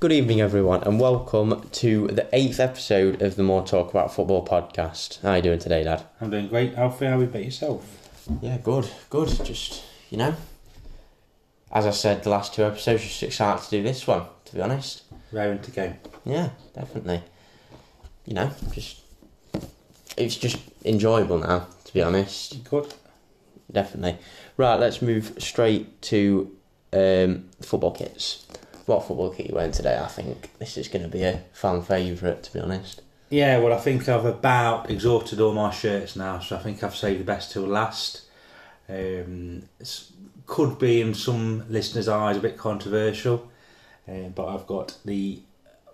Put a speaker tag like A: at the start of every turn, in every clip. A: Good evening, everyone, and welcome to the eighth episode of the More Talk About Football podcast. How are you doing today, Dad?
B: I'm doing great, Alfie. How about yourself?
A: Yeah, good, good. Just, you know, as I said the last two episodes, just excited to do this one, to be honest.
B: Raring to go.
A: Yeah, definitely. You know, just, it's just enjoyable now, to be honest.
B: Good.
A: definitely. Right, let's move straight to um, football kits. What football kit you wearing today? I think this is going to be a fan favourite, to be honest.
B: Yeah, well, I think I've about exhausted all my shirts now, so I think I've saved the best till last. Um, it's, could be in some listeners' eyes a bit controversial, uh, but I've got the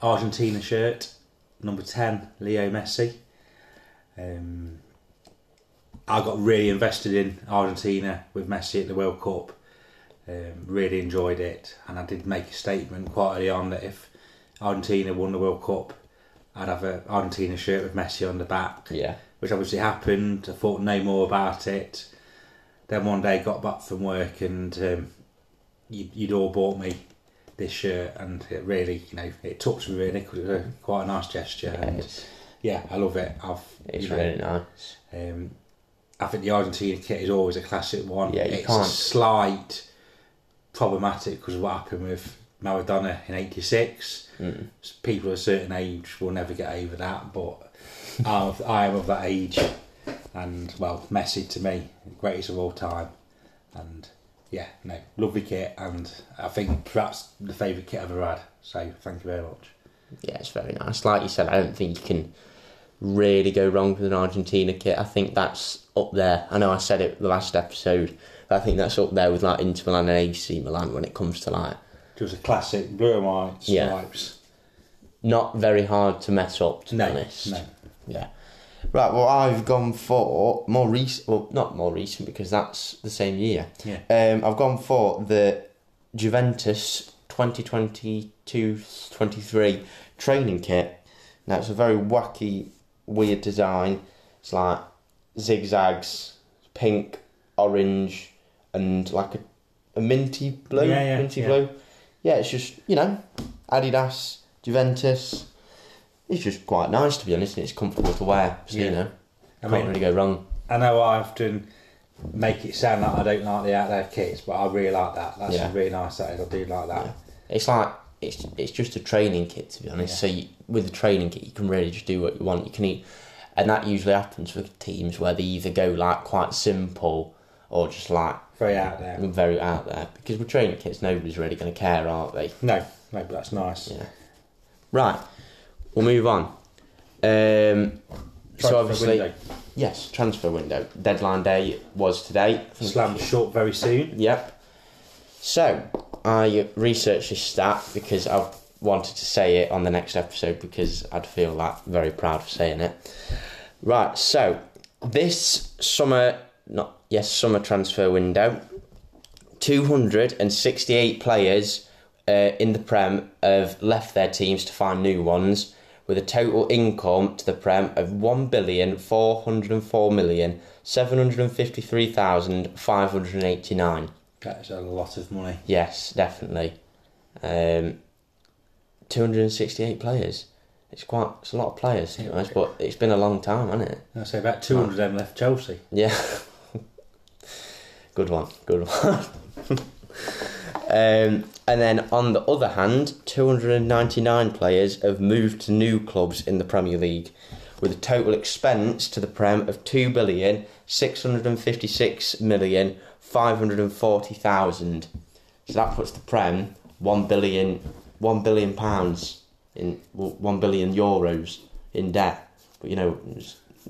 B: Argentina shirt, number 10, Leo Messi. Um, I got really invested in Argentina with Messi at the World Cup. Um, really enjoyed it, and I did make a statement quite early on that if Argentina won the World Cup, I'd have an Argentina shirt with Messi on the back
A: Yeah.
B: which obviously happened. I thought no more about it. Then one day got back from work and um, you, you'd all bought me this shirt, and it really, you know, it touched me really 'cause it was a, quite a nice gesture.
A: Yeah,
B: and
A: it's
B: yeah, I love it. I've,
A: it's
B: you know,
A: really nice.
B: um, I think the Argentina kit is always a classic one.
A: Yeah, you
B: it's
A: can't-
B: a slight problematic because of what happened with Maradona in '86.
A: Mm.
B: People of a certain age will never get over that, but I'm of- I am of that age, and well, Messi to me, greatest of all time, and yeah, no, lovely kit, and I think perhaps the favourite kit I've ever had. So thank you very much.
A: Yeah, it's very nice. Like you said, I don't think you can really go wrong with an Argentina kit. I think that's up there. I know I said it the last episode, but I think that's up there with like Inter Milan and AC Milan when it comes to like
B: Just a classic blue and white
A: Yeah.
B: stripes.
A: not very hard to mess up. To be
B: No,
A: honest,
B: no.
A: Yeah. Right, well, I've gone for more recent, well, not more recent because that's the same year.
B: Yeah.
A: Um, I've gone for the Juventus 2022-23 training kit. Now, it's a very wacky, weird design. It's like zigzags, pink, orange, and like a, a minty blue.
B: Yeah, yeah,
A: minty
B: yeah.
A: blue. Yeah, it's just, you know, Adidas, Juventus. It's just quite nice, to be honest, and it's comfortable to wear. So, you
B: Yeah.
A: know,
B: I
A: can't
B: mean-
A: really go wrong.
B: I know I often make it sound like I don't like the out there kits, but I really like that. That's
A: Yeah.
B: really nice. That is, I do like that.
A: It's like it's it's just a training kit to be honest.
B: Yeah.
A: So you, with a training kit, you can really just do what you want. You can eat, and that usually happens with teams where they either go like quite simple or just like
B: Very out there.
A: very out there because with training kits, nobody's really going to care, aren't they?
B: No, no, but that's nice.
A: Yeah. Right. We'll move on. Um,
B: Tried for
A: so
B: a
A: obviously,
B: window.
A: yes, transfer window deadline day was today. I think
B: slammed shut very soon.
A: Yep. So I researched this stat because I wanted to say it on the next episode because I'd feel that very proud of saying it. Right. So this summer, not yes, summer transfer window, two hundred and sixty-eight players uh, in the Prem have left their teams to find new ones. With a total income to the Prem of one billion four hundred and four million seven hundred and fifty-three thousand five hundred and eighty-nine.
B: That's a lot of money.
A: Yes, definitely. Um, 268 players. It's quite. It's a lot of players, to be honest, but it's been a long time, hasn't it?
B: I say about two hundred of them left Chelsea.
A: Yeah. good one. Good one. um, and then on the other hand, 299 players have moved to new clubs in the Premier League, with a total expense to the Prem of two billion six hundred and fifty-six million five hundred and forty thousand. So that puts the Prem one billion one billion pounds in well, one billion euros in debt. But you know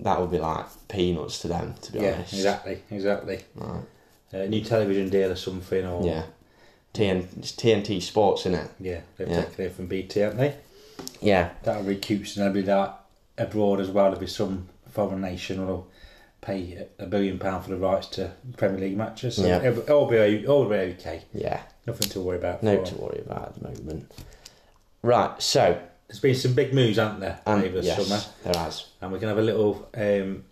A: that would be like peanuts to them, to be
B: Yeah,
A: honest.
B: exactly, exactly.
A: Right.
B: Uh, new television deal or something, or
A: Yeah. TN, it's TNT Sports, isn't it?
B: yeah, they've
A: Yeah.
B: taken it from BT, haven't they?
A: Yeah.
B: That'll recoup and there'll be that abroad as well. There'll be some foreign nation will pay a a billion pound for the rights to Premier League matches. So
A: Yeah.
B: it'll, it'll be all be okay.
A: Yeah.
B: Nothing to worry about.
A: No
B: for-
A: to worry about at the moment. Right. So,
B: There's been some big moves, aren't there,
A: um,
B: over the
A: yes,
B: summer?
A: there has.
B: And we're going to have a little, um,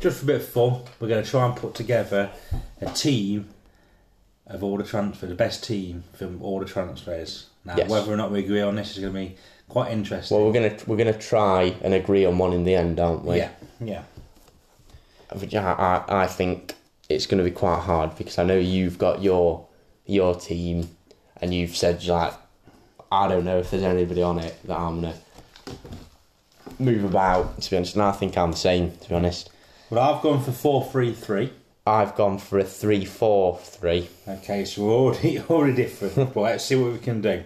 B: just for a bit of fun, we're going to try and put together a team of all the transfers, the best team from all the transfers. Now,
A: Yes.
B: whether or not we agree on this is going to be quite interesting.
A: Well, we're gonna we're gonna try and agree on one in the end, aren't we?
B: yeah, yeah,
A: Which I, I, I think it's gonna be quite hard because I know you've got your your team, and you've said you're like, I don't know if there's anybody on it that I'm gonna move about. To be honest, and I think I'm the same. To be honest,
B: Well, I've gone for four three three.
A: I've gone for a three-four-three.
B: Okay, so we're already already different, but let's see what we can do.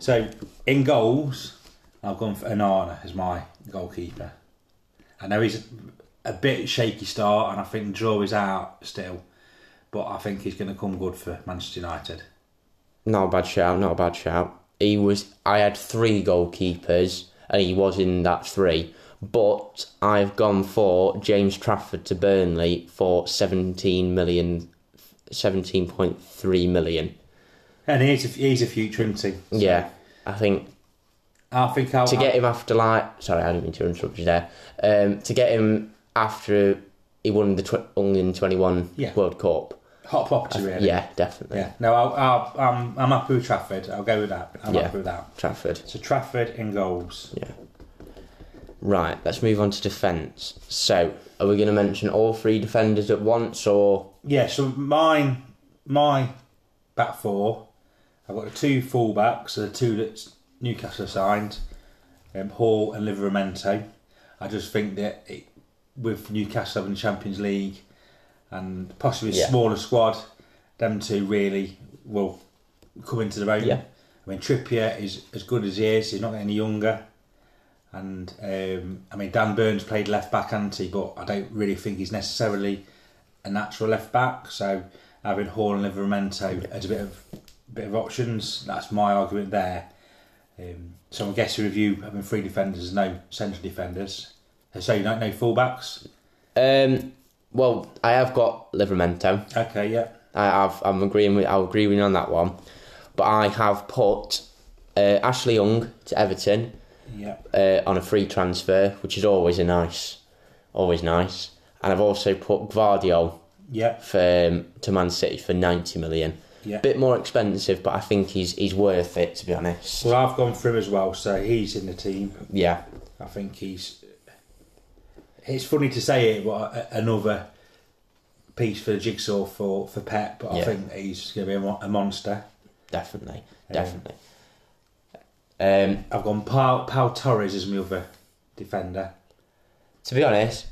B: So in goals, I've gone for Anana as my goalkeeper. I know he's a bit shaky start, and I think draw is out still, but I think he's going to come good for Manchester United.
A: Not a bad shout. Not a bad shout. He was. I had three goalkeepers, and he was in that three. But I've gone for James Trafford to Burnley for 17 million, 17.3 million.
B: And he's a, he's a future, isn't he?
A: Yeah, I think
B: I think I'll
A: to get him after like sorry, I didn't mean to interrupt you there. Um, to get him after he won the tw- England 21
B: Yeah.
A: World Cup.
B: hot property really.
A: Yeah, definitely.
B: yeah. No, I'll, I'll, I'm I'm happy with Trafford. I'll go with that. I'm
A: Yeah.
B: happy with that.
A: Trafford.
B: So Trafford in goals.
A: Yeah. Right, let's move on to defence. So, are we going to mention all three defenders at once, or
B: Yeah, so mine, my back four, I've got the two fullbacks, the two that Newcastle signed, um, Hall and Livermento. I just think that it, with Newcastle having the Champions League and possibly a
A: Yeah.
B: smaller squad, them two really will come into their own.
A: Yeah.
B: I mean, Trippier is as good as he is, he's not getting any younger. And um, I mean, Dan Burns played left back, hasn't he? But I don't really think he's necessarily a natural left back. So having Hall and Livermento as a bit of bit of options, that's my argument there. Um, so I'm guessing with you having three defenders, no central defenders. So you don't know fullbacks.
A: um? Well, I have got Livermento.
B: Okay, yeah,
A: I have. I'm agreeing with. I'll agree with you on that one. But I have put uh, Ashley Young to Everton
B: yeah.
A: uh, on a free transfer, which is always a nice, always nice. And I've also put Guardiol
B: Yeah,
A: for, um, to Man City for ninety million.
B: yeah.
A: Bit more expensive, but I think he's he's worth it. To be honest.
B: Well, I've gone through as well, so he's in the team.
A: Yeah.
B: I think he's. It's funny to say it, but a- another piece for the jigsaw for for Pep. But I
A: Yeah.
B: think he's going to be a, mon- a monster.
A: Definitely,
B: Um,
A: definitely. Um,
B: I've gone Paul, Paul Torres as my other defender.
A: to be honest,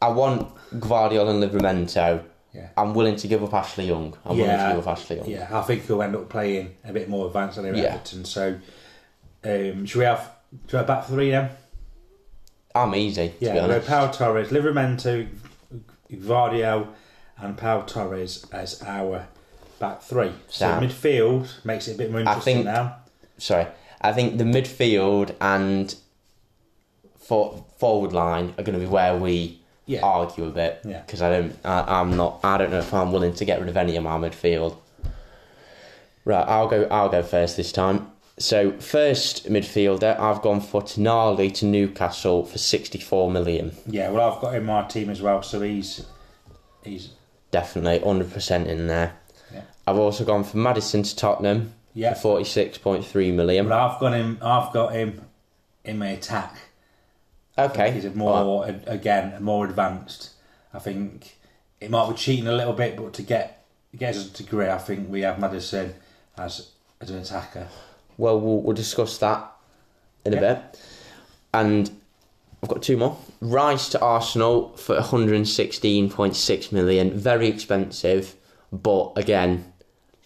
A: I want Guardiola and Livramento.
B: Yeah.
A: I'm willing to give up Ashley Young. I'm
B: Yeah.
A: willing to give up Ashley Young.
B: Yeah, I think he'll end up playing a bit more advanced than
A: Yeah.
B: Everton. So, um, should we have should we have back three then?
A: I'm easy. To be
B: Yeah, no,
A: honest.
B: Pau Torres, Livermento, Vardio, and Pau Torres as our back three. So
A: Sam.
B: midfield makes it a bit more
A: I
B: interesting
A: think-
B: now.
A: Sorry, I think the midfield and for, forward line are going to be where we
B: Yeah.
A: argue a bit
B: Yeah.
A: because I don't, I, I'm not, I don't know if I'm willing to get rid of any of my midfield. Right, I'll go. I'll go first this time. So first midfielder, I've gone for Tonali to Newcastle for sixty-four million.
B: Yeah, well, I've got him in my team as well, so he's he's
A: Definitely, hundred percent in there.
B: Yeah.
A: I've also gone for Madison to Tottenham
B: yeah.
A: for forty-six point three million.
B: But I've got him. I've got him in my attack.
A: Okay,
B: He's a more a- again a more advanced. I think it might be cheating a little bit, but to get get us a degree, I think we have Madison as as an attacker.
A: Well, we'll, we'll discuss that in a
B: Yeah.
A: bit. And I've got two more. Rice to Arsenal for 116.6 million. Very expensive, but again,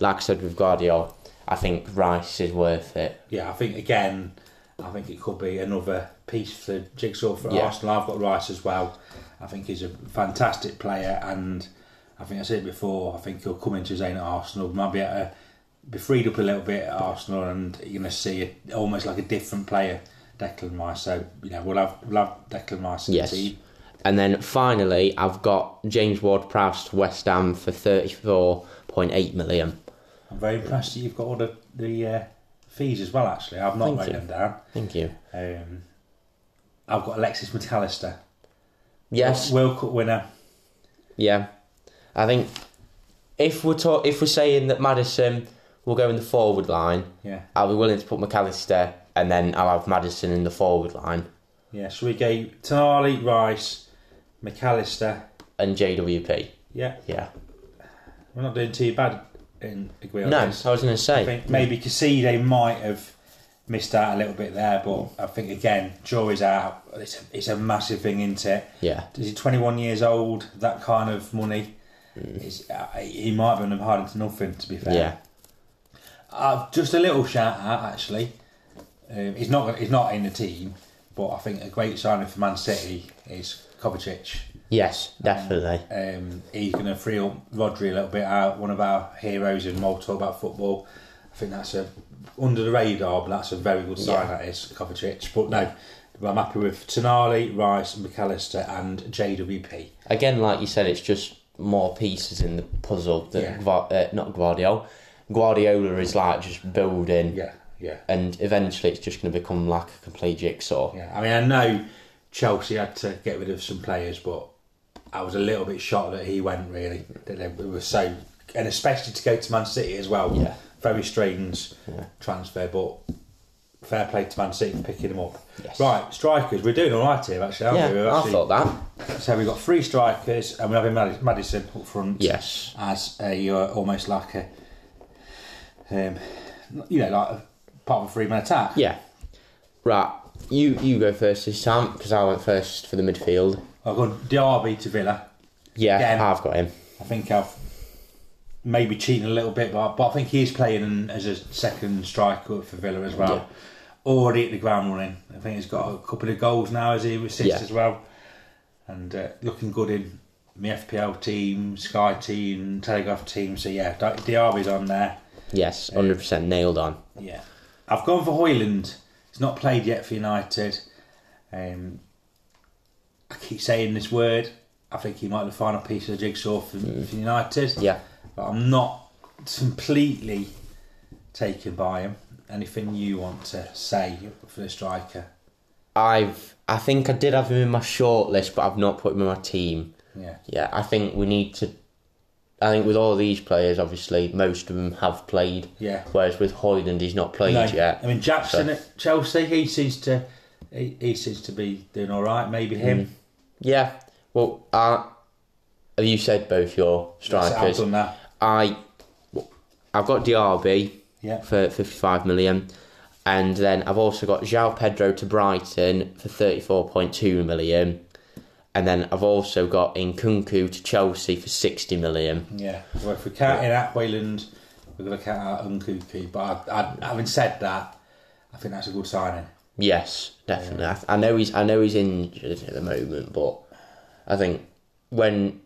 A: like I said with Guardiola, I think Rice is worth it.
B: Yeah, I think again, I think it could be another piece for jigsaw for
A: Yeah.
B: Arsenal. I've got Rice as well. I think he's a fantastic player, and I think I said it before. I think he'll come into his own at Arsenal. Might be able to be freed up a little bit at Arsenal, and you're going to see it almost like a different player, Declan Rice. So you know we'll have we'll have Declan Rice in
A: Yes.
B: the team.
A: And then finally, I've got James Ward-Prowse to West Ham for 34.8 million.
B: I'm very impressed that you've got all the the uh, fees as well. Actually, I've not
A: Thank
B: wrote
A: you.
B: them down.
A: Thank you.
B: Um, I've got Alexis McAllister,
A: Yes,
B: World Cup winner.
A: yeah. I think if we're talk, if we're saying that Madison will go in the forward line,
B: Yeah,
A: I'll be willing to put McAllister, and then I'll have Madison in the forward line
B: yeah. So we gave Tonali, Rice, McAllister.
A: and JWP.
B: Yeah,
A: Yeah.
B: we're not doing too bad in Aguero.
A: No, I was going to
B: I
A: say.
B: think maybe Caside might have missed out a little bit there, but I think again, jury's out. It's a, it's a massive thing, isn't it?
A: Yeah.
B: Is he 21 years old? That kind of money. Is, uh, he might have been hard into nothing, to be fair.
A: Hmm. Yeah.
B: Uh, just a little shout out, actually. Um, he's not he's not in the team, but I think a great signing for Man City is Kovacic.
A: Yes, definitely.
B: Um, he's going to free up Rodri a little bit out, one of our heroes in Malta Talk about football. I think that's a under the radar, but that's a very good sign. That is Kovacic. But no, I'm happy with Tonali, Rice, McAllister, and JWP.
A: Again, like you said, it's just more pieces in the puzzle that
B: Yeah.
A: Gva- uh, not Guardiola. Guardiola is like just building,
B: Yeah, yeah,
A: and eventually it's just going to become like a complete jigsaw.
B: yeah. I mean, I know Chelsea had to get rid of some players, but I was a little bit shocked that he went. Really, that they were so, and especially to go to Man City as well.
A: Yeah.
B: very strange
A: Yeah.
B: transfer, but fair play to Man City for picking him up.
A: Yes.
B: Right, strikers. We're doing all right here, actually. Aren't
A: Yeah,
B: we? We're
A: I
B: actually,
A: thought that.
B: so we've got three strikers, and we're having Mad- Madison up front.
A: Yes.
B: as a uh, almost like a, um, you know, like a part of a three-man attack.
A: Yeah. Right. You you go first this time because I went first for the midfield.
B: I've gone Diaby to Villa.
A: Yeah,
B: Again.
A: I've got him.
B: I think I've maybe cheating a little bit, but, but I think he's playing as a second striker for Villa as well.
A: Yeah.
B: Already at the ground running. I think he's got a couple of goals now as he assists
A: Yeah.
B: as well, and uh, looking good in the FPL team, Sky team, Telegraph team. So yeah, Di- Diaby's on there.
A: Yes, hundred percent nailed on.
B: Yeah, I've gone for Hoyland. He's not played yet for United. Um, I keep saying this word. I think he might be the final piece of the jigsaw for, for United.
A: Mm. Yeah.
B: but I'm not completely taken by him. Anything you want to say for the striker?
A: I've I think I did have him in my shortlist, but I've not put him in my team.
B: Yeah,
A: Yeah, I think we need to. I think with all these players, obviously most of them have played.
B: yeah.
A: Whereas with Hoyland, he's not played
B: No,
A: yet.
B: I mean Jackson at Chelsea. He seems to he, he seems to be doing all right. Maybe him.
A: Yeah. Well, uh, have you said both your
B: So I've
A: Mm-hmm. strikers?
B: done that.
A: I, I've got DRB.
B: Yeah,
A: for 55 million. And then I've also got João Pedro to Brighton for 34.2 million. And then I've also got Nkunku to Chelsea for 60 million.
B: yeah. So if we count in at Wayland, we're going to count out Unkuku. But I, I, having said that, I think that's a good signing.
A: Yes, definitely. I, th- I know he's I know he's injured at the moment, but I think when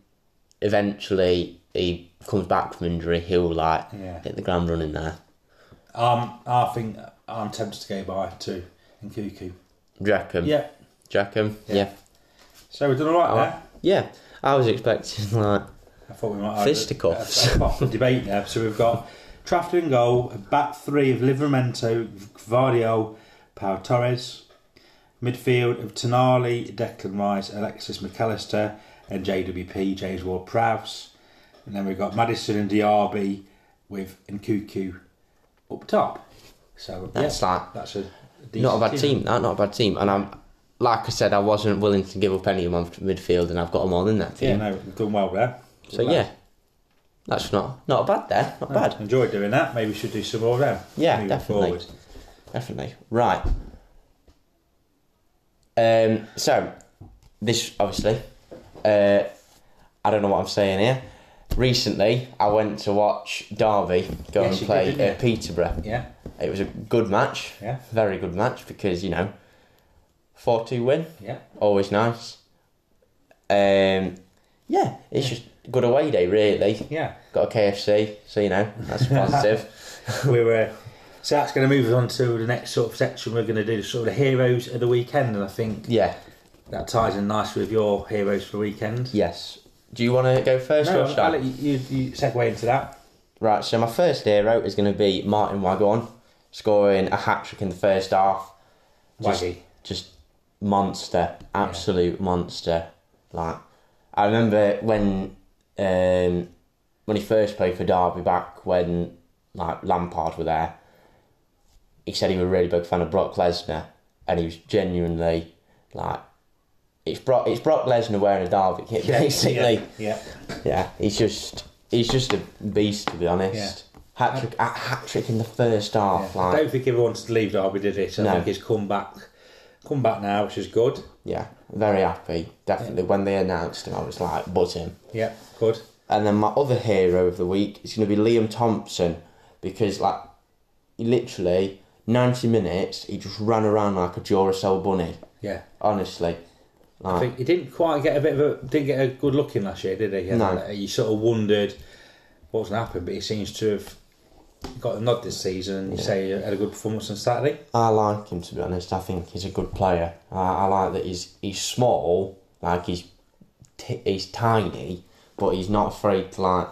A: eventually he comes back from injury, he'll like
B: Yeah.
A: hit the ground running there.
B: Um, I think I'm tempted to go by to Unkuku.
A: Do you reckon?
B: Yeah.
A: Do you reckon?
B: Yeah.
A: Yeah.
B: So we've done all right
A: Oh.
B: there.
A: Yeah. I was expecting like
B: I thought we might have
A: Fisticuffs.
B: A, a proper debate there. So we've got Trafford in goal, a back three of Livermento, Vardio, Pau Torres, midfield of Tonali, Declan Rice, Alexis McAllister, and JWP, James Ward Prowse. And then we've got Madison and Diaby with Nkuku up top. So
A: That's
B: yeah,
A: like-
B: that's a decent
A: not a bad team. That not a bad team. And I'm like I said, I wasn't willing to give up any of my midfield, and I've got them all in that
B: Yeah,
A: team.
B: no, we've done well there.
A: so yeah, that's not not bad there. Not bad,
B: Enjoyed doing that. Maybe we should do some more of them.
A: Yeah,
B: moving
A: definitely. definitely. Right. Um. So this obviously, uh, I don't know what I'm saying here. Recently, I went to watch Derby go
B: Yes,
A: and
B: you
A: play
B: did, didn't
A: at Peterborough.
B: Yeah,
A: It was a good match,
B: yeah,
A: very good match because you know, four two win.
B: yeah.
A: always nice. Um, yeah, it's just good away day really.
B: Yeah,
A: Got a KFC, so you know that's positive.
B: we were. So that's going to move us on to the next sort of section. We're going to do sort of the heroes of the weekend, and I think
A: yeah.
B: that ties in nicely with your heroes for the weekend.
A: Yes. Do you want to go first
B: No,
A: or should I?
B: I'll let you, you, you segue into that.
A: Right. So my first hero is going to be Martin Wagon, scoring a hat trick in the first half. Just-
B: Waggy.
A: just monster, absolute monster. Like I remember when um, when he first played for Derby back when like Lampard were there, he said he was a really big fan of Brock Lesnar, and he was genuinely like, it's Brock, it's Brock Lesnar wearing a Derby kit basically.
B: yeah, yeah.
A: Yeah, he's just he's just a beast to be honest. Hat trick, hat trick in the first half,
B: Yeah. I
A: like
B: don't think everyone wanted to leave Derby, did it? I
A: No.
B: think he's come back, come back now, which is good.
A: yeah, very happy. Definitely, when they announced him, I was like, buzz him.
B: Yeah, good.
A: And then my other hero of the week is going to be Liam Thompson because like he literally ninety minutes, he just ran around like a Duracell bunny.
B: Yeah,
A: Honestly,
B: I think he didn't quite get a bit of a didn't get a good look in last year, did he? And
A: No.
B: you sort of wondered what's going to happen, but he seems to have got a nod this season. And you say he had a good performance on Saturday.
A: I like him to be honest. I think he's a good player. I, I like that he's he's small, like he's t- he's tiny, but he's not afraid to like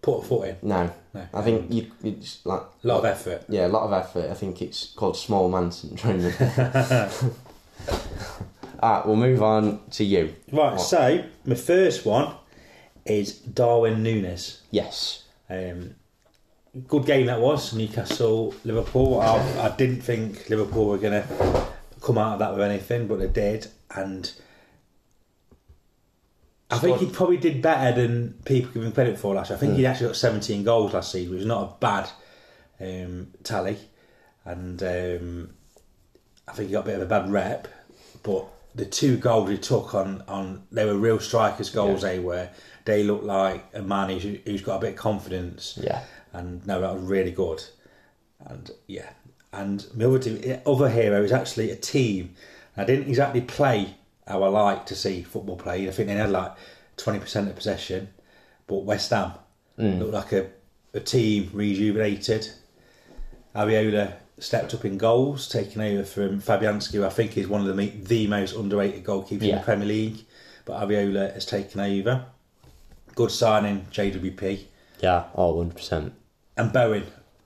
B: Put a foot in,
A: no.
B: No.
A: I think you it's like
B: a lot of effort.
A: yeah a lot of effort. I think it's called small man syndrome. Alright, we'll move on to you.
B: Right, so my first one is Darwin Nunes.
A: Yes.
B: Um, good game that was Newcastle Liverpool. I, I didn't think Liverpool were going to come out of that with anything, but they did, and I think he probably did better than people give him credit for last year. I think he actually got 17 goals last season, which is not a bad um, tally, and um, I think he got a bit of a bad rep, but. The two goals he took on, on they were real strikers' goals. They were. They looked like a man who's, who's got a bit of confidence
A: Yeah.
B: and no, that was really good. And yeah, and my other, team, other hero is actually a team. I didn't exactly play how I like to see football played. I think they had like twenty percent of possession, but West Ham looked like a, a team rejuvenated. Ariola stepped up in goals, taking over from Fabianski, who I think is one of the, me- the most underrated goalkeepers in
A: Yeah.
B: the Premier League. But Ariola has taken over. Good signing, JWP
A: Yeah. Oh, 100 percent.
B: and Bowen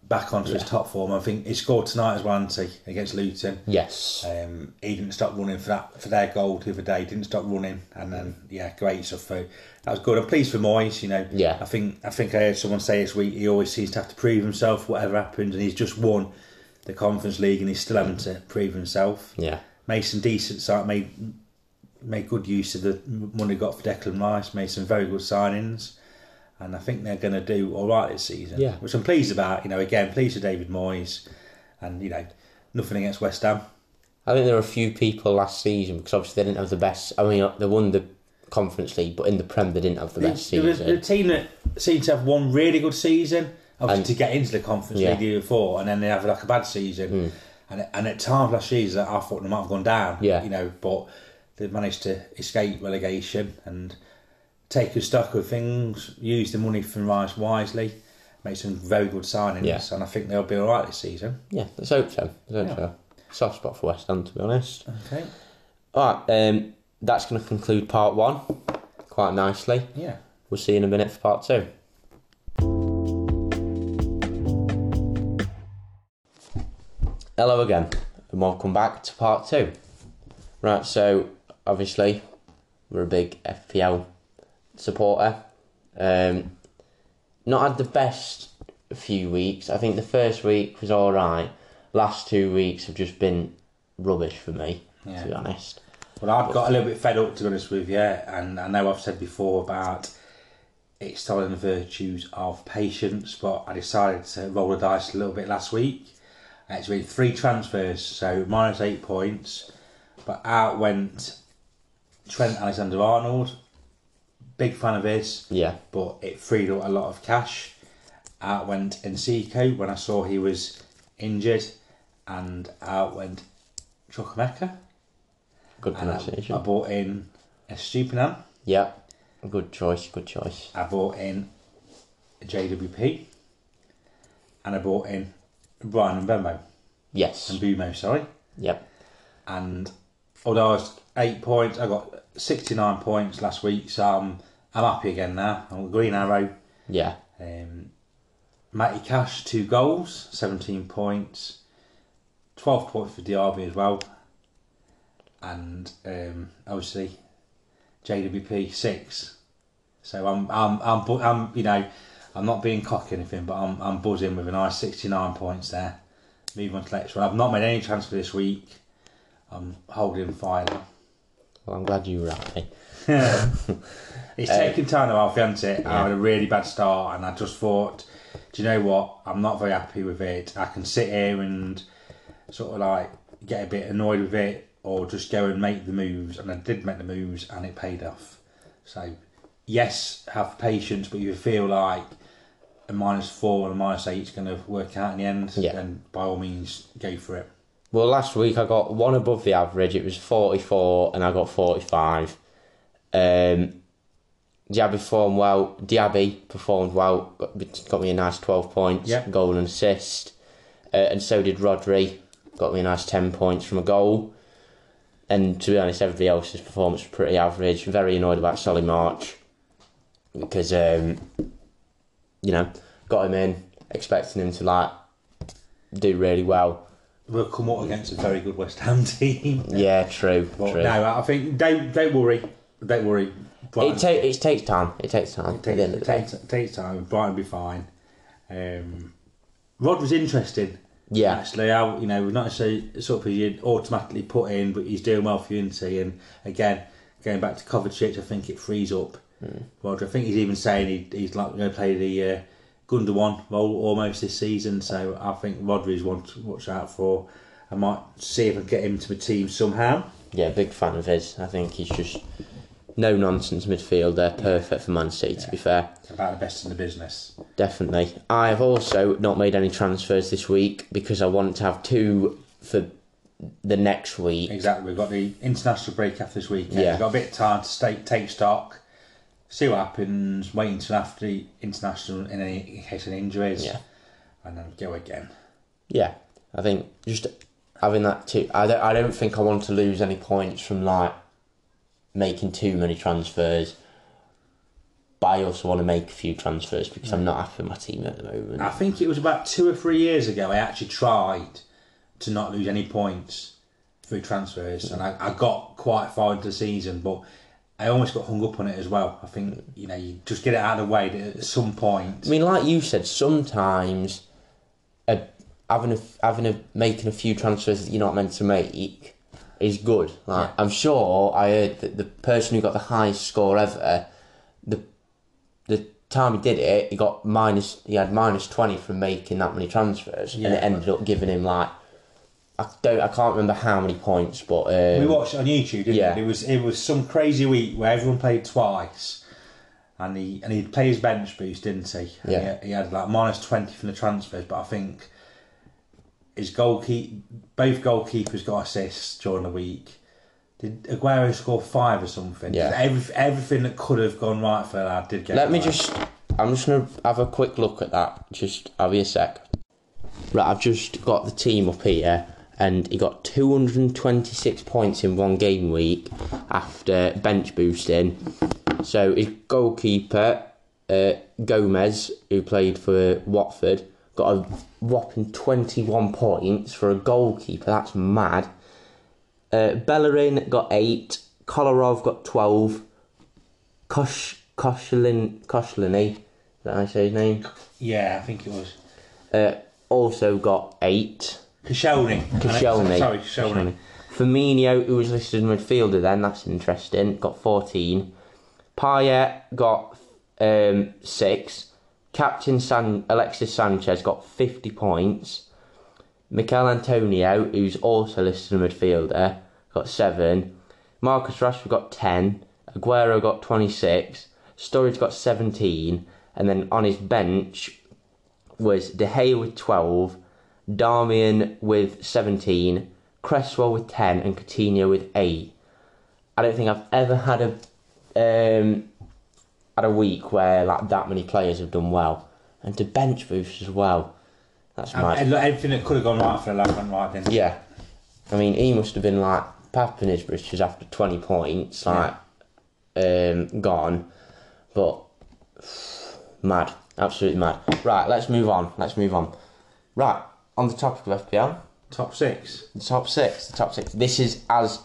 B: back onto his top form. I think he scored tonight as well, hasn't he, against Luton.
A: Yes.
B: Um, he didn't stop running for that for their goal the other day. Didn't stop running, and then yeah, great stuff. For, that was good. I'm pleased for Moyes. You know,
A: Yeah.
B: I think I think I heard someone say this week he always seems to have to prove himself, whatever happens, and he's just won the Conference League, and he's still having to prove himself.
A: Yeah.
B: Made some decent side made made good use of the money he got for Declan Rice. Made some very good signings, and I think they're going to do all right this season.
A: Yeah.
B: which I'm pleased about. You know, again pleased with David Moyes, and you know nothing against West Ham.
A: I think there were a few people last season because obviously they didn't have the best. I mean, they won the Conference League, but in the Prem they didn't have the best
B: There was
A: season.
B: a team that seemed to have one really good season, obviously
A: And-
B: to get into the conference
A: Yeah. Hmm.
B: league the year before, and then they have like a bad season. And and at times last season, I thought they might have gone down.
A: Yeah.
B: you know, but they managed to escape relegation and take a stock of things, use the money from Rice wisely, make some very good signings,
A: Yeah.
B: and I think they'll be all right this season.
A: Yeah, let's hope so. Let's hope
B: Yeah.
A: so. Soft spot for West Ham, to be honest.
B: Okay,
A: All right, um, that's going to conclude part one quite nicely.
B: yeah.
A: We'll see you in a minute for part two. Hello again, and welcome back to part two. Right, so obviously, we're a big FPL supporter. Um, not had the best few weeks. I think the first week was alright. Last two weeks have just been rubbish for me,
B: Yeah.
A: to be honest.
B: Well, I've got a little bit fed up, to be honest with you, and I know I've said before about extolling the virtues of patience, but I decided to roll the dice a little bit last week. It's been three transfers, so minus eight points, but out went Trent Alexander Arnold. Big fan of his,
A: Yeah,
B: but it freed up a lot of cash. Out went Enseco when I saw he was injured, and out went Chukwemeka.
A: good
B: And I, I
A: pronunciation.
B: bought in Estupinan.
A: Yeah, good choice, good choice.
B: I bought in JWP. And I bought in Brian and Bembo.
A: Yes.
B: And Bumo, sorry.
A: Yep.
B: And although I was eight points, I got 69 points last week. So I'm, I'm happy again now. I'm a green arrow.
A: Yeah.
B: Um, Matty Cash, two goals, 17 points. 12 points for Diaby as well. And um, obviously, JWP, six. So I'm, I'm, I'm, bu- I'm, you know, I'm not being cocky or anything, but I'm, I'm buzzing with a nice 69 points there. Move on to the next one. I've not made any transfer this week. I'm holding fire.
A: Well, I'm glad you were happy.
B: It's
A: Uh,
B: taking time though, Alfie, hasn't it? I had a really bad start, and I just thought, do you know what? I'm not very happy with it. I can sit here and sort of like get a bit annoyed with it, or just go and make the moves. And I did make the moves, and it paid off. So, yes, have patience, but you feel like a minus four and a minus eight is going to work out in the end,
A: Yeah.
B: then by all means, go for it.
A: Well, last week I got one above the average. It was 44 and I got 45. Um, Diaby performed well. Diaby performed well. Got, got me a nice 12 points,
B: Yeah.
A: goal and assist. Uh, and so did Rodri. Got me a nice 10 points from a goal. And to be honest, everybody else's performance was pretty average. Very annoyed about Solly March because, um, you know, got him in, expecting him to like do really well.
B: We'll come up against a very good West Ham team.
A: Yeah, true.
B: But
A: true.
B: no, I think don't don't worry, don't worry. Brighton,
A: it, ta- it takes time. It takes time. at
B: takes,
A: the end of the day.
B: takes, takes time. Brighton will be fine. Um, Rod was interesting.
A: Yeah.
B: actually, I, you know, we're not necessarily sort of you automatically put in, but he's doing well for Unity. And again, going back to Kovacic, I think it frees up.
A: Hmm.
B: Rod, I think he's even saying he, he's like going to play the uh, Gundogan role almost this season. So I think Rodri's one to watch out for. I might see if I can get him to the team somehow.
A: Yeah, big fan of his. I think he's just no nonsense midfielder, perfect for Man City. To be fair,
B: About the best in the business.
A: definitely. I have also not made any transfers this week because I want to have two for the next week.
B: Exactly. We've got the international break after this weekend.
A: Yeah.
B: We've got a bit of time to stay, take stock, see what happens, wait until after the international in, any, in case of any injuries,
A: Yeah.
B: and then go again.
A: Yeah, I think just having that two. I don't. I don't think I want to lose any points from like making too many transfers. But I also want to make a few transfers because I'm not happy with my team at the moment.
B: I think it was about two or three years ago I actually tried to not lose any points through transfers, and I, I got quite far into the season, but I almost got hung up on it as well. I think, you know, you just get it out of the way that at some point.
A: I mean, like you said, sometimes uh, having a having a making a few transfers that you're not meant to make is good. Like I'm sure I heard that the person who got the highest score ever, the the time he did it, he got minus. He had minus twenty from making that many transfers, and
B: Yeah.
A: it ended up giving him like I don't I can't remember how many points, but um,
B: We watched it on YouTube, didn't
A: Yeah.
B: we? It was it was some crazy week where everyone played twice, and he and he'd play his bench boost, didn't he? And
A: Yeah.
B: He, he had like minus twenty from the transfers, but I think his goalkeep both goalkeepers got assists during the week. Did Aguero score five or something?
A: Yeah.
B: Every, everything that could have gone right for that did go.
A: Let me
B: right.
A: just. I'm just gonna have a quick look at that. Just have you a sec. Right, I've just got the team up here, and he got 226 points in one game week after bench boosting. So his goalkeeper uh, Gomez, who played for Watford, got a whopping 21 points for a goalkeeper. That's mad. Uh, Bellerin got eight. Kolarov got 12. Kosh Koshlin Koshlini, is that how you say his name?
B: Yeah, I think it was
A: Uh, also got eight.
B: Koscielny.
A: Koscielny.
B: Sorry, Koscielny.
A: Firmino, who was listed as midfielder then, that's interesting, got 14. Payet got um, 6. Captain San- Alexis Sanchez got 50 points. Mikel Antonio, who's also listed as midfielder, got 7. Marcus Rashford got 10. Aguero got 26. Sturridge got 17. And then on his bench was De Gea with 12, Darmian with 17, Cresswell with 10, and Coutinho with 8. I don't think I've ever had a um, had a week where like that many players have done well, and to bench boost as well. That's mad.
B: And, look, everything that could have gone right for the lad went right then.
A: Yeah. I mean, he must have been like Papanich British after 20 points, like, um, gone. But, mad. Absolutely mad. Right, let's move on. Let's move on. Right, on the topic of FPL,
B: Top six.
A: the top six. The top six. This is as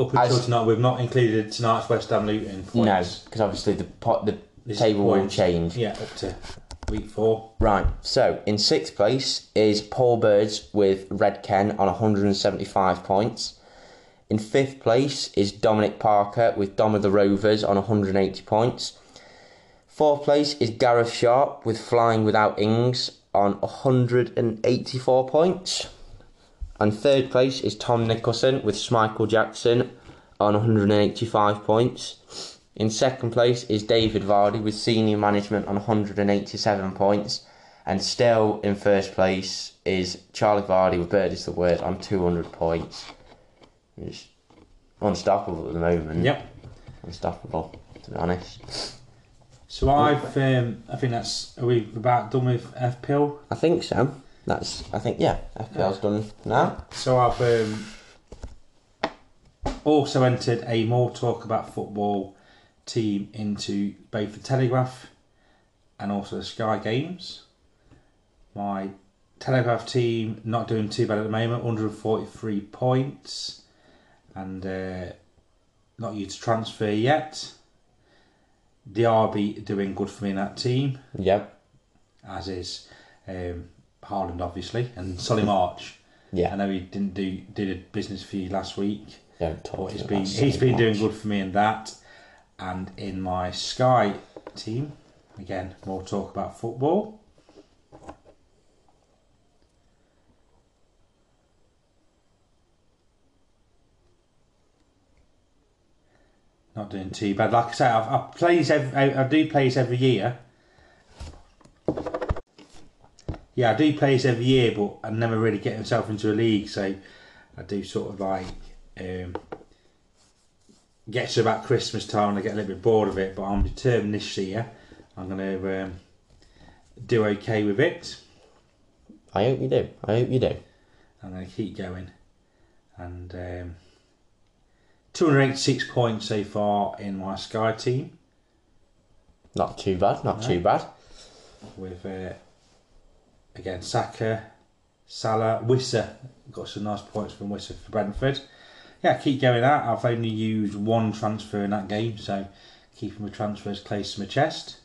B: Up until
A: As-
B: tonight, we've not included tonight's West Ham Luton
A: No,
B: points.
A: because obviously the pot, the
B: This is
A: table will
B: points.
A: change.
B: Yeah, up to week four.
A: Right, so in sixth place is Paul Birds with Red Ken on 175 points. In fifth place is Dominic Parker with Dom of the Rovers on 180 points. Fourth place is Gareth Sharp with Flying Without Ings on 184 points. And third place is Tom Nicholson with Smichael Jackson on 185 points. In second place is David Vardy with senior management on 187 points. And still in first place is Charlie Vardy with Bird is the Word on 200 points. It's unstoppable at the moment.
B: Yep.
A: Unstoppable, to be honest.
B: So I've, um, I think that's are we about done with FPL.
A: I think so. That's, I think, yeah, FPL's done now.
B: So I've um, also entered a more talk about football team into both the Telegraph and also the Sky Games. My Telegraph team not doing too bad at the moment, 143 points, and uh, not used to transfer yet. Diaby doing good for me in that team,
A: Yep.
B: as is um, Haaland obviously, and Solly March. I
A: Yeah.
B: know he didn't do did a business for you last week,
A: Don't
B: but
A: talk
B: he's
A: about
B: been
A: that
B: he's
A: so
B: been
A: much.
B: doing good for me in that, and in my Sky team. Again, more talk about football. Not doing too bad. Like I say, I've, I plays every, I, I do plays every year. Yeah, I do plays every year, but I never really get myself into a league, so I do sort of like um, get to about Christmas time and I get a little bit bored of it. But I'm determined this year I'm going to um, do okay with it.
A: I hope you do. I hope you do.
B: I'm going to keep going. And um, 286 points so far in my Sky team
A: Not too bad. Not too bad.
B: with uh, again Saka, Salah, Wissa. Got some nice points from Wissa for Brentford. Yeah, keep going out. I've only used one transfer in that game, so keeping my transfers close to my chest.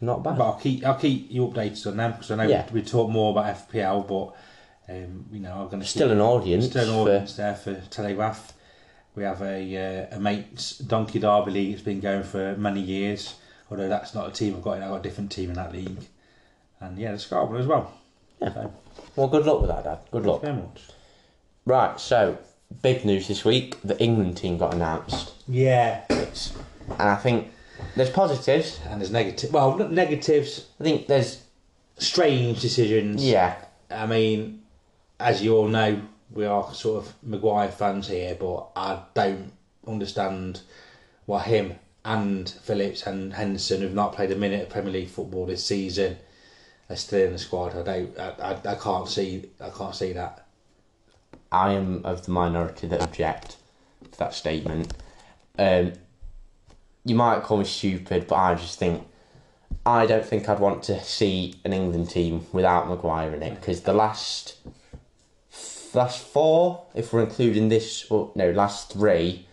A: Not bad.
B: But I'll keep I'll keep you updated on them because I know
A: Yeah.
B: we, we talk more about FPL, but um, you know I'm going to
A: still an audience.
B: still an
A: for-
B: audience there for Telegraph. We have a uh, a mate's Donkey Derby league. It's been going for many years. Although that's not a team I've got. In. I've got a different team in that league, and yeah, the Scarborough as well.
A: Yeah.
B: So,
A: Well, good luck with that, Dad. Good
B: thank
A: luck.
B: you very much.
A: Right. So, big news this week: the England team got announced,
B: Yeah,
A: and I think there's positives.
B: and there's negative. Well, not negatives.
A: I think there's
B: Strange decisions.
A: yeah,
B: I mean, as you all know, we are sort of Maguire fans here, but I don't understand why him and Phillips and Henderson have not played a minute of Premier League football this season. Are still in the squad. I don't. I, I, I can't see. I can't see that.
A: I am of the minority that object to that statement. Um, you might call me stupid, but I just think I don't think I'd want to see an England team without Maguire in it because the last last four, if we're including this, or no, last three,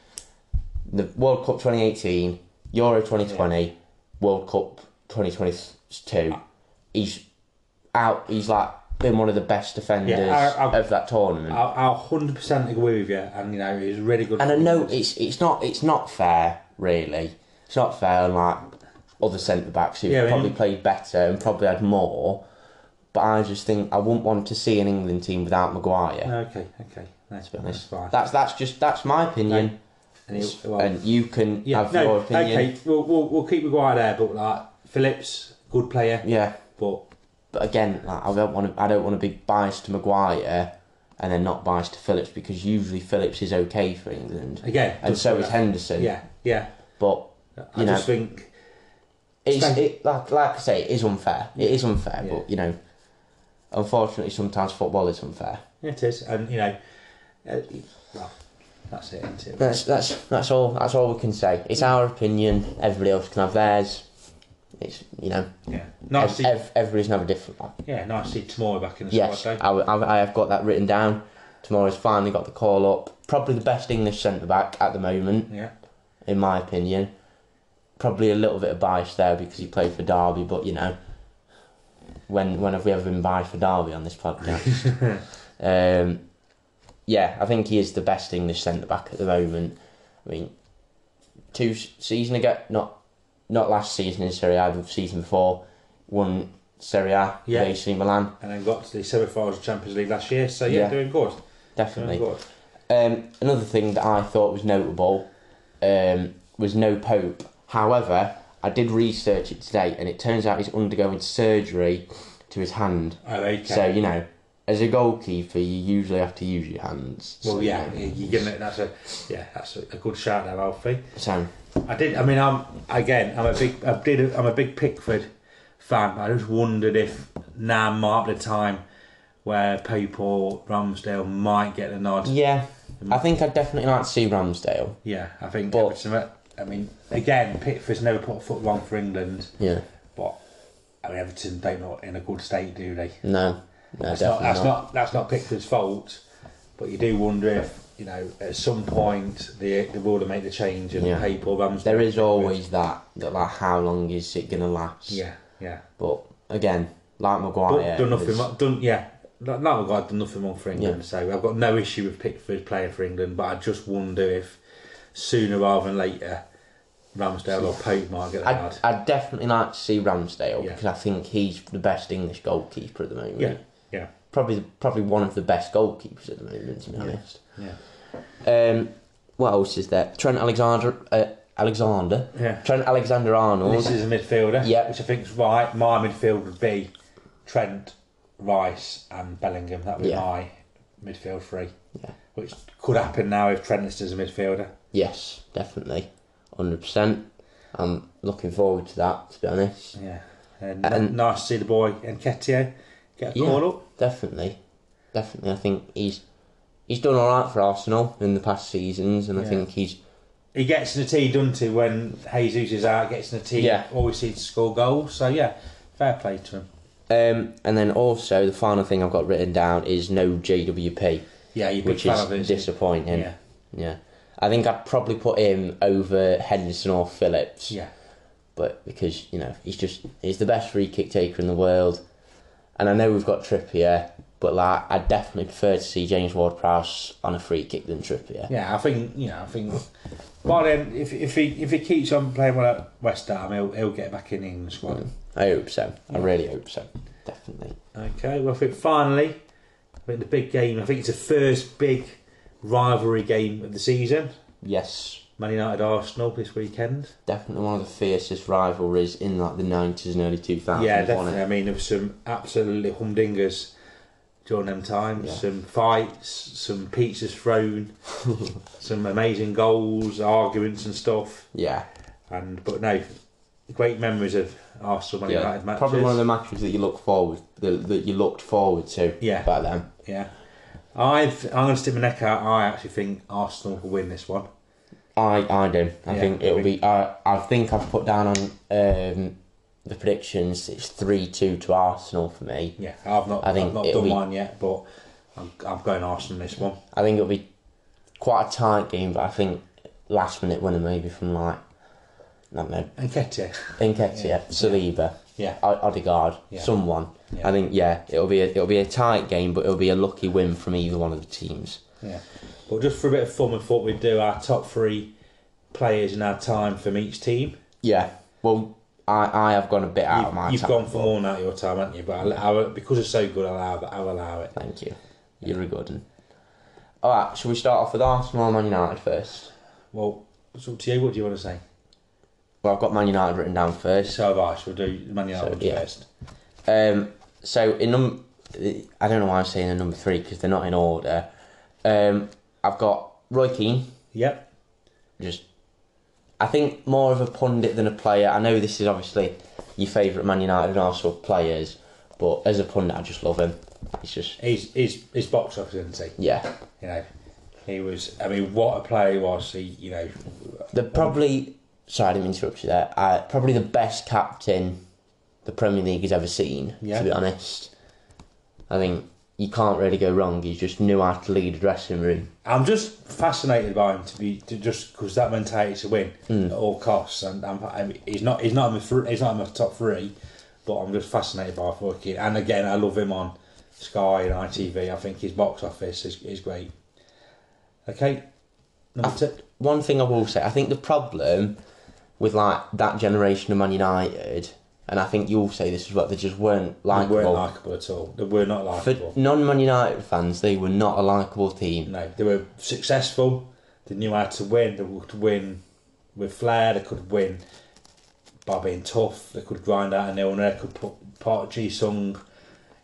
A: the World Cup twenty eighteen, Euro twenty twenty, World Cup twenty twenty two, he's out. He's like been one of the best defenders
B: I- I-
A: of that tournament.
B: I will hundred percent agree with you. And you know, he's really good.
A: And I know it's it's not it's not fair really. It's not fair on like other centre backs who
B: Yeah, I
A: have
B: mean-
A: probably played better and probably had more. But I just think I wouldn't want to see an England team without Maguire.
B: Okay, okay. That's,
A: to be
B: that's
A: honest.
B: fine.
A: That's that's just that's my opinion,
B: and he, well,
A: and you can
B: yeah,
A: have
B: no,
A: your opinion.
B: okay. We'll, we'll we'll keep Maguire there, but like Phillips, good player,
A: Yeah,
B: but
A: but again, like, I don't want to. I don't want to be biased to Maguire, and then not biased to Phillips because usually Phillips is okay for England,
B: again,
A: and
B: just-
A: so is Henderson.
B: Yeah, yeah.
A: but
B: I
A: You
B: just think
A: It's
B: Spend-
A: it, like like I say, it is unfair. It is unfair,
B: Yeah.
A: but you know, unfortunately, sometimes football is unfair.
B: it is, and you know, uh, well, that's it, isn't it?
A: That's that's that's all. That's all we can say. It's our opinion. Everybody else can have theirs. It's you know,
B: Yeah,
A: ev-
B: nice. to see
A: ev- everybody's gonna have a different one.
B: yeah, nice to see Tamori back in the
A: Yes, I,
B: squad.
A: w- I w- I have got that written down. Tomorrow's finally got the call up. Probably the best English centre back at the moment,
B: Yeah.
A: in my opinion. Probably a little bit of bias there because he played for Derby, but you know, when when have we ever been biased for Derby on this podcast? um, yeah, I think he is the best English centre back at the moment. I mean, two s- season ago, not not last season in Serie A, but season before, won Serie A, yeah.
B: Yeah.
A: AC Milan,
B: And then got to the semi-finals of Champions League last year. So yeah,
A: Yeah.
B: doing good.
A: definitely.
B: Doing good.
A: Um, another thing that I thought was notable um, was no Pope. However, I did research it today, and it turns out he's undergoing surgery to his hand.
B: Oh, okay.
A: So you know, as a goalkeeper, you usually have to use your hands. So,
B: well, yeah,
A: you know,
B: you're giving it. That's a yeah, that's a, a good shout there, Alfie.
A: So
B: I did. I mean, I'm again. I'm a big. I did. I'm a big Pickford fan. but I just wondered if now marked the time where Pope or Ramsdale might get the nod. Yeah,
A: yeah, I think I'd definitely like to see Ramsdale.
B: I think.
A: But-
B: Everton- I mean, again, Pickford's never put a foot wrong for England,
A: Yeah.
B: but I mean, Everton don't not in a good state, do they?
A: No. No,
B: That's not,
A: definitely
B: that's
A: not.
B: not that's not Pickford's fault, but you do wonder if you know at some point they they will make the change and
A: Yeah.
B: Pope or Ramsdale.
A: There is always that that like how long is it gonna last?
B: yeah, yeah.
A: But again, like
B: But
A: Maguire,
B: done nothing.
A: Oh, there's-
B: wrong- Done yeah. That that guy done nothing wrong for England,
A: Yeah.
B: so I've got no issue with Pickford playing for England. But I just wonder if sooner rather than later, Ramsdale or Pope might get a
A: I'd,
B: nod.
A: I'd definitely like to see Ramsdale
B: Yeah.
A: because I think he's the best English goalkeeper at the moment.
B: Yeah, yeah,
A: Probably probably one of the best goalkeepers at the moment, to be honest.
B: yeah,
A: Um, what else is there? Trent Alexander uh, Alexander.
B: yeah.
A: Trent Alexander
B: This
A: Arnold.
B: is a midfielder,
A: Yeah.
B: which I think is right. My midfield would be Trent, Rice, and Bellingham. That would be
A: Yeah.
B: my midfield three,
A: Yeah.
B: which could happen now if Trent is a midfielder.
A: Yes, definitely. Hundred percent. I'm looking forward to that, to be honest.
B: Yeah, and,
A: And-
B: nice to see the boy Nketiah get a
A: Yeah.
B: call up.
A: Definitely. Definitely I think he's he's done alright for Arsenal in the past seasons and I
B: Yeah.
A: think he's
B: he gets in the tee, doesn't he? When Jesus is out, gets in the tee,
A: Yeah.
B: always seems to score goals. So yeah, fair play to him.
A: um, and then also the final thing I've got written down is no JWP.
B: Yeah, you're a big
A: which
B: fan of
A: is
B: his.
A: disappointing.
B: yeah,
A: Yeah. I think I'd probably put him over Henderson or Phillips,
B: yeah,
A: but because you know he's just he's the best free kick taker in the world, and I know we've got Trippier, but like I definitely prefer to see James Ward-Prowse on a free kick than Trippier.
B: yeah. I think you know, I think by then, if if he if he keeps on playing well at West Ham, he'll he'll get back in the England squad.
A: I hope so. I really hope so. Definitely.
B: Okay, well, I think finally, I think the big game. I think it's the first big rivalry game of the season.
A: Yes.
B: Man United Arsenal this weekend.
A: Definitely one of the fiercest rivalries in like the nineties and early two thousands.
B: Yeah, definitely. I mean, there was some absolutely humdingers during them times.
A: Yeah.
B: Some fights, some pizzas thrown, some amazing goals, arguments and stuff.
A: Yeah.
B: And but no, great memories of Arsenal Man
A: yeah.
B: United matches.
A: Probably one of the matches that you look forward that, that you looked forward to
B: Yeah.
A: back then.
B: yeah. I've, I'm going to stick my neck out. I actually think Arsenal will win this one.
A: I I do. I
B: Yeah,
A: think it'll be. I I think I've put down on um, the predictions. It's three two to Arsenal for me.
B: Yeah, I've not,
A: I
B: I
A: think
B: have not
A: it'll
B: done
A: be-
B: mine yet, but I'm, I'm going Arsenal this one.
A: I think it'll be quite a tight game, but I think last minute winner maybe from like I don't know
B: And Ketia.
A: Nketiah,
B: Yeah.
A: Saliba,
B: Yeah.
A: O- Odegaard,
B: Yeah.
A: someone.
B: Yeah.
A: I think yeah, it'll be a, it'll be a tight game, but it'll be a lucky win from either one of the teams.
B: Yeah. But just for a bit of fun, we thought we'd do our top three players in our time from each team.
A: Yeah. Well, I I have gone a bit out of my.
B: You've
A: time.
B: gone for more now your time, haven't you? But I'll, I'll, because it's so good, I'll allow, it- I'll allow it.
A: Thank you. You're a good one. All right, shall we start off with Arsenal or Man United first?
B: Well, it's up to you. What do you want to say?
A: Well, I've got Man United written down first.
B: So have I. So we'll do Man United
A: So, yeah.
B: first.
A: Um, so in num, I don't know why I'm saying in number three because they're not in order. Um, I've got Roy Keane.
B: Yep.
A: Just, I think more of a pundit than a player. I know this is obviously your favourite Man United and Arsenal players, but as a pundit, I just love him. He's just
B: He's, he's, he's box office, isn't
A: yeah.
B: he? You know, he was, I mean, what a player he was. He, you know,
A: The probably sorry, I didn't mean to interrupt you there. Uh, probably the best captain the Premier League has ever seen.
B: Yeah.
A: To be honest, I think you can't really go wrong. He just knew how to lead a dressing room.
B: I'm just fascinated by him to be to just because that mentality to win
A: Hmm.
B: at all costs, and I'm, I'm, he's not he's not in my thr- he's not in my top three, but I'm just fascinated by fucking. And again, I love him on Sky and ITV. I think his box office is, is great. Okay, number two.
A: One thing I will say, I think the problem with like that generation of Man United, and I think you'll say this as well, they just weren't
B: They weren't
A: likable.
B: likable at all. They were not
A: For
B: likable.
A: non-Man United fans, they were not a likable team.
B: No, they were successful. They knew how to win. They could win with flair. They could win by being tough. They could grind out an illness. They could put Park Ji Sung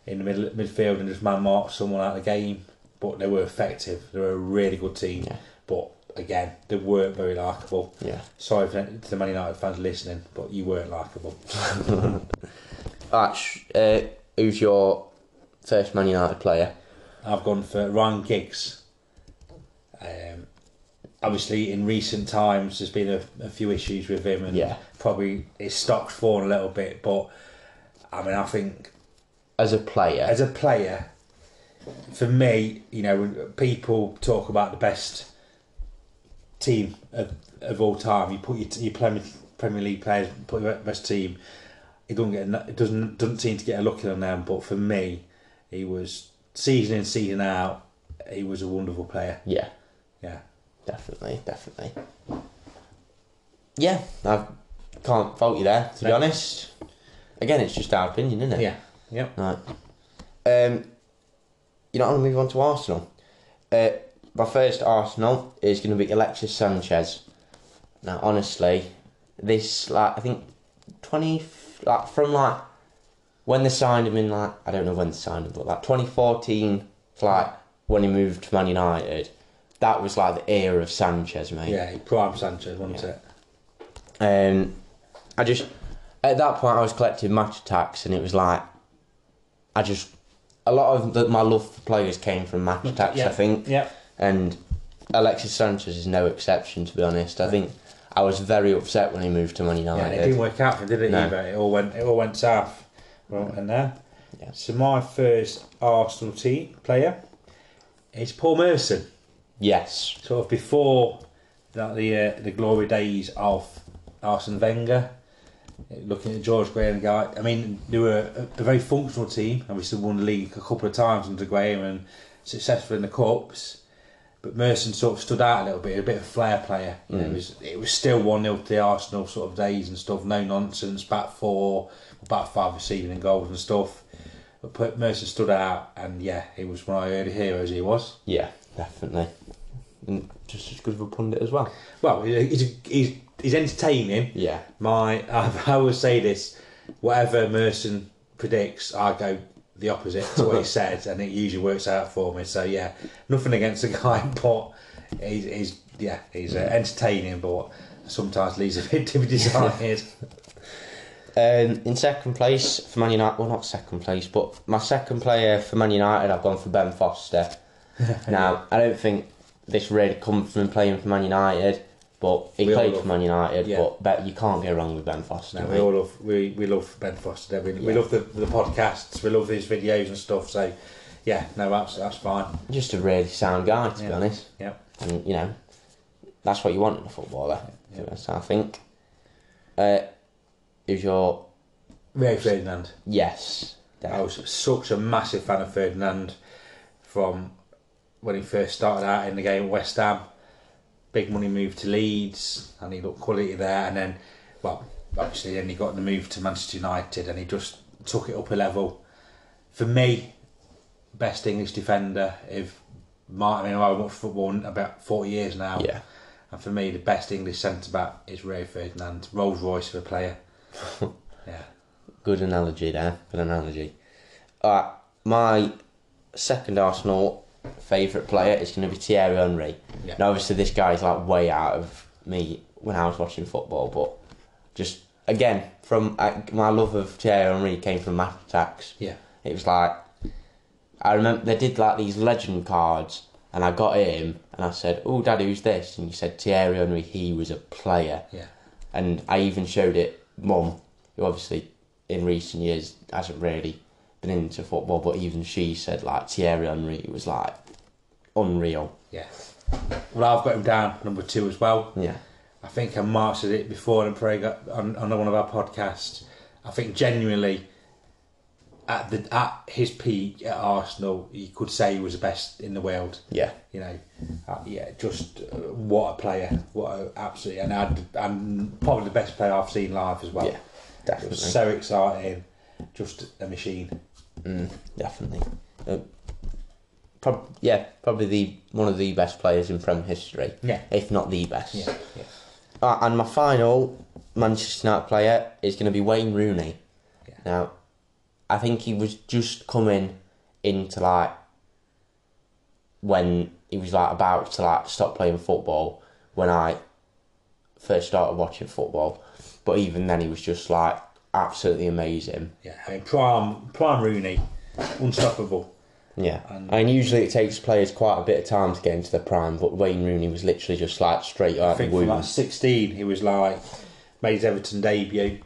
B: in the middle, midfield and just man mark someone out of the game. But they were effective. They were a really good team.
A: Yeah.
B: But again, they weren't very likable.
A: Yeah.
B: Sorry for, to the Man United fans listening, but you weren't likable.
A: Right, sh- uh, who's your first Man United player?
B: I've gone for Ryan Giggs. Um, obviously, in recent times, there's been a, a few issues with him, and
A: Yeah.
B: probably his stock's fallen a little bit. But I mean, I think
A: As a player,
B: as a player, for me, you know, when people talk about the best team of, of all time. You put your, your Premier, Premier League players, put your best team. It doesn't get eno- it doesn't doesn't seem to get a look in on them. But for me, he was season in season out. He was a wonderful player.
A: yeah,
B: Yeah.
A: definitely, definitely. Yeah, I can't fault you there. To be
B: No.
A: honest, again, it's just our opinion, isn't it?
B: Yeah. Yep.
A: Right. Um, you know, I'm going to move on to Arsenal. Uh, my first Arsenal is going to be Alexis Sanchez. Now, honestly, this, like, I think 20, like, from like when they signed him in, like, I don't know when they signed him, but like 2014, like, when he moved to Man United, that was like the era of Sanchez, mate.
B: Yeah. he- Prime Sanchez, wasn't it?
A: Um, I just at that point I was collecting match attacks, and it was like I just a lot of the, my love for players came from match attacks.
B: Yeah.
A: I think,
B: Yep.
A: and Alexis Sanchez is no exception. To be honest, I think I was very upset when he moved to Man
B: Yeah, and
A: United.
B: it didn't work out for him, did it?
A: No.
B: Either it all went it all went south. Well, and there.
A: Yeah.
B: So my first Arsenal team player is Paul Merson.
A: Yes,
B: Sort of before that the uh, the glory days of Arsene Wenger. Looking at George Graham, guy. I mean, they were a, a very functional team. Obviously, won the league a couple of times under Graham and successful in the cups. But Merson sort of stood out a little bit, a bit of a flair player. You know, it was it was still one 0 to the Arsenal sort of days and stuff. No nonsense, back four, back five receiving and goals and stuff. But P- Merson stood out, and yeah, he was one of my early heroes. He was.
A: yeah, definitely, and just as good of a pundit as well.
B: Well, he's he's, he's entertaining.
A: Yeah,
B: My, I, I will say this: whatever Merson predicts, I go the opposite to what he said, and it usually works out for me. So yeah, nothing against the guy, but he's, he's yeah, he's uh, entertaining, but sometimes leaves a bit to be desired.
A: Um, in second place for Man United, well, not second place, but my second player for Man United, I've gone for Ben Foster. now, I don't think this really comes from him playing for Man United, but he
B: We all
A: played
B: love-
A: for Man United.
B: yeah.
A: But, but you can't go wrong with Ben Foster.
B: No,
A: mate.
B: we all love we, we love Ben Foster. don't We, we
A: Yeah.
B: love the, the podcasts. We love his videos and stuff. So yeah, no, that's that's fine.
A: Just a really sound guy, to be
B: Yeah.
A: honest.
B: Yeah.
A: And you know, that's what you want in a footballer.
B: Yeah.
A: To be honest, I think. Uh, is your
B: Rio Ferdinand.
A: yes?
B: I was such a massive fan of Ferdinand from when he first started out in the game at West Ham. Big money move to Leeds, and he looked quality there. And then, well, obviously, then he got the move to Manchester United, and he just took it up a level. For me, best English defender. If my, I mean, I've watched football in about forty years now,
A: Yeah.
B: and for me, the best English centre back is Ray Ferdinand, Rolls Royce of a player. yeah.
A: Good analogy there. Good analogy. Alright, my second Arsenal favourite player is going to be Thierry Henry.
B: Yeah.
A: Now, obviously, this guy's like way out of me when I was watching football, but just again, from I, my love of Thierry Henry came from match attacks.
B: Yeah.
A: It was like I remember they did like these legend cards, and I got him, and I said, "Oh, Dad, who's this?" And he said, "Thierry Henry. He was a player."
B: Yeah.
A: and I even showed it mum, who obviously in recent years hasn't really been into football, but even she said like Thierry Henry was like unreal.
B: Yeah. Well, I've got him down number two as well.
A: Yeah.
B: I think I mastered it before and probably got on, on one of our podcasts. I think genuinely, at the at his peak at Arsenal, you could say he was the best in the world.
A: Yeah.
B: You know, uh, yeah, just uh, what a player, what a, absolutely, and I'd, and probably the best player I've seen live as well.
A: Yeah.
B: It
A: Definitely.
B: was so exciting, just a machine.
A: Mm, definitely. Uh, prob- yeah, probably the one of the best players in Prem history,
B: Yeah,
A: if not the best.
B: yeah, yeah.
A: Uh, and my final Manchester United player is going to be Wayne Rooney.
B: Yeah.
A: Now, I think he was just coming into like when he was like about to like stop playing football when I first started watching football, but even then he was just like absolutely amazing.
B: yeah. I mean, prime, prime Rooney, unstoppable.
A: Yeah,
B: And-
A: and, usually it takes players quite a bit of time to get into their prime, but Wayne Rooney was literally just like straight
B: I
A: out the
B: think from
A: womb.
B: like 16, he was like made his Everton debut.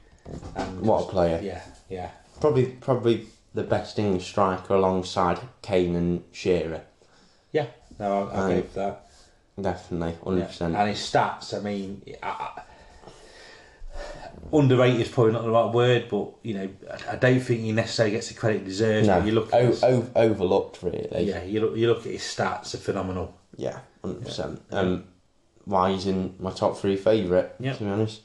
B: And
A: What a player!
B: Yeah, yeah,
A: Probably, probably the best English striker alongside Kane and Shearer.
B: yeah. No, I, I
A: Um,
B: gave that.
A: Definitely, hundred
B: Yeah.
A: percent.
B: And his stats, I mean, I, I, underrated is probably not the right word, but you know, I, I don't think he necessarily gets the credit he deserves.
A: No, Oh,
B: But you look, at
A: o-
B: his,
A: o- overlooked really.
B: yeah, you look, you look at his stats, are phenomenal.
A: yeah, hundred percent. Um, why he's in my top three favourite?
B: Yeah.
A: to be honest,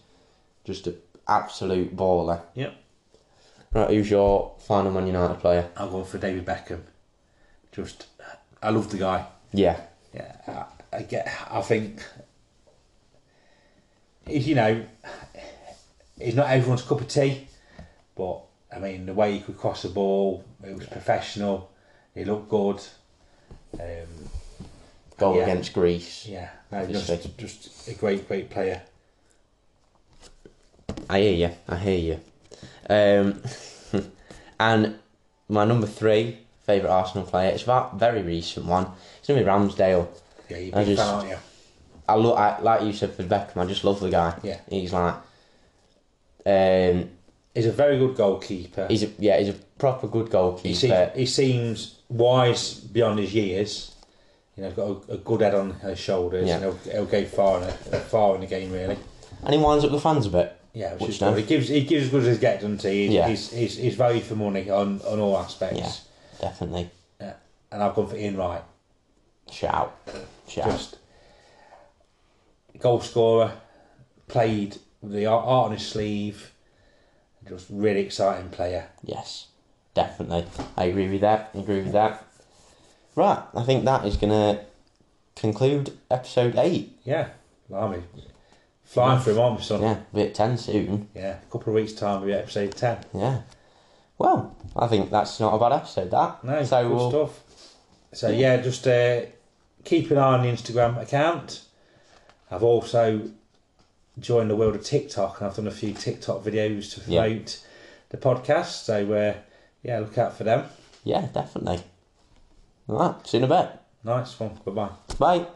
A: just an absolute baller.
B: Yep.
A: Right, who's your final Man United player?
B: I'm going for David Beckham. Just, I love the guy.
A: Yeah,
B: Yeah, I, I get. I think he's you know he's not everyone's cup of tea, but I mean the way he could cross the ball, it was professional. He looked good. Um,
A: goal
B: Yeah.
A: against Greece.
B: yeah, no,
A: Obviously.
B: just just a great great player.
A: I hear you. I hear you. Um, and my number three favourite Arsenal player, it's a very recent one. It's going to be Ramsdale.
B: Yeah, you
A: I
B: big fan,
A: just-
B: aren't you?
A: I look I, like you said for Beckham. I just love the guy.
B: Yeah.
A: He's like, um,
B: He's a very good goalkeeper.
A: he's a, yeah, he's a proper good
B: he seems
A: goalkeeper.
B: he seems wise beyond his years. You know, he's got a, a good head on his shoulders,
A: Yeah.
B: and he'll, he'll go far in a, far in the game really.
A: And he winds up the fans a bit.
B: Yeah, which,
A: Which
B: is good.
A: now-
B: He gives he gives as good as he gets, doesn't he? He's,
A: Yeah.
B: he's, he's, he's value for money on, on all aspects.
A: Yeah. Definitely.
B: And I've gone for Ian Wright.
A: Shout. Shout.
B: Just goal scorer, played with the art, art on his sleeve. Just really exciting player.
A: Yes, definitely. I agree with that. I agree with that. Right, I think that is going to conclude episode 8.
B: Yeah, blimey. Flying through my son. Yeah.
A: Yeah, we're at 10 soon.
B: a couple of weeks' time, we'll be at episode 10.
A: Yeah. Well, I think that's not a bad episode, that.
B: No,
A: so
B: good
A: we'll,
B: stuff. So yeah, just uh, keep an eye on the Instagram account. I've also joined the world of TikTok, and I've done a few TikTok videos to
A: Yeah.
B: promote the podcast. So uh, yeah, look out for them.
A: Yeah, definitely. Right, see you in a bit.
B: Nice one. Bye bye.
A: Bye.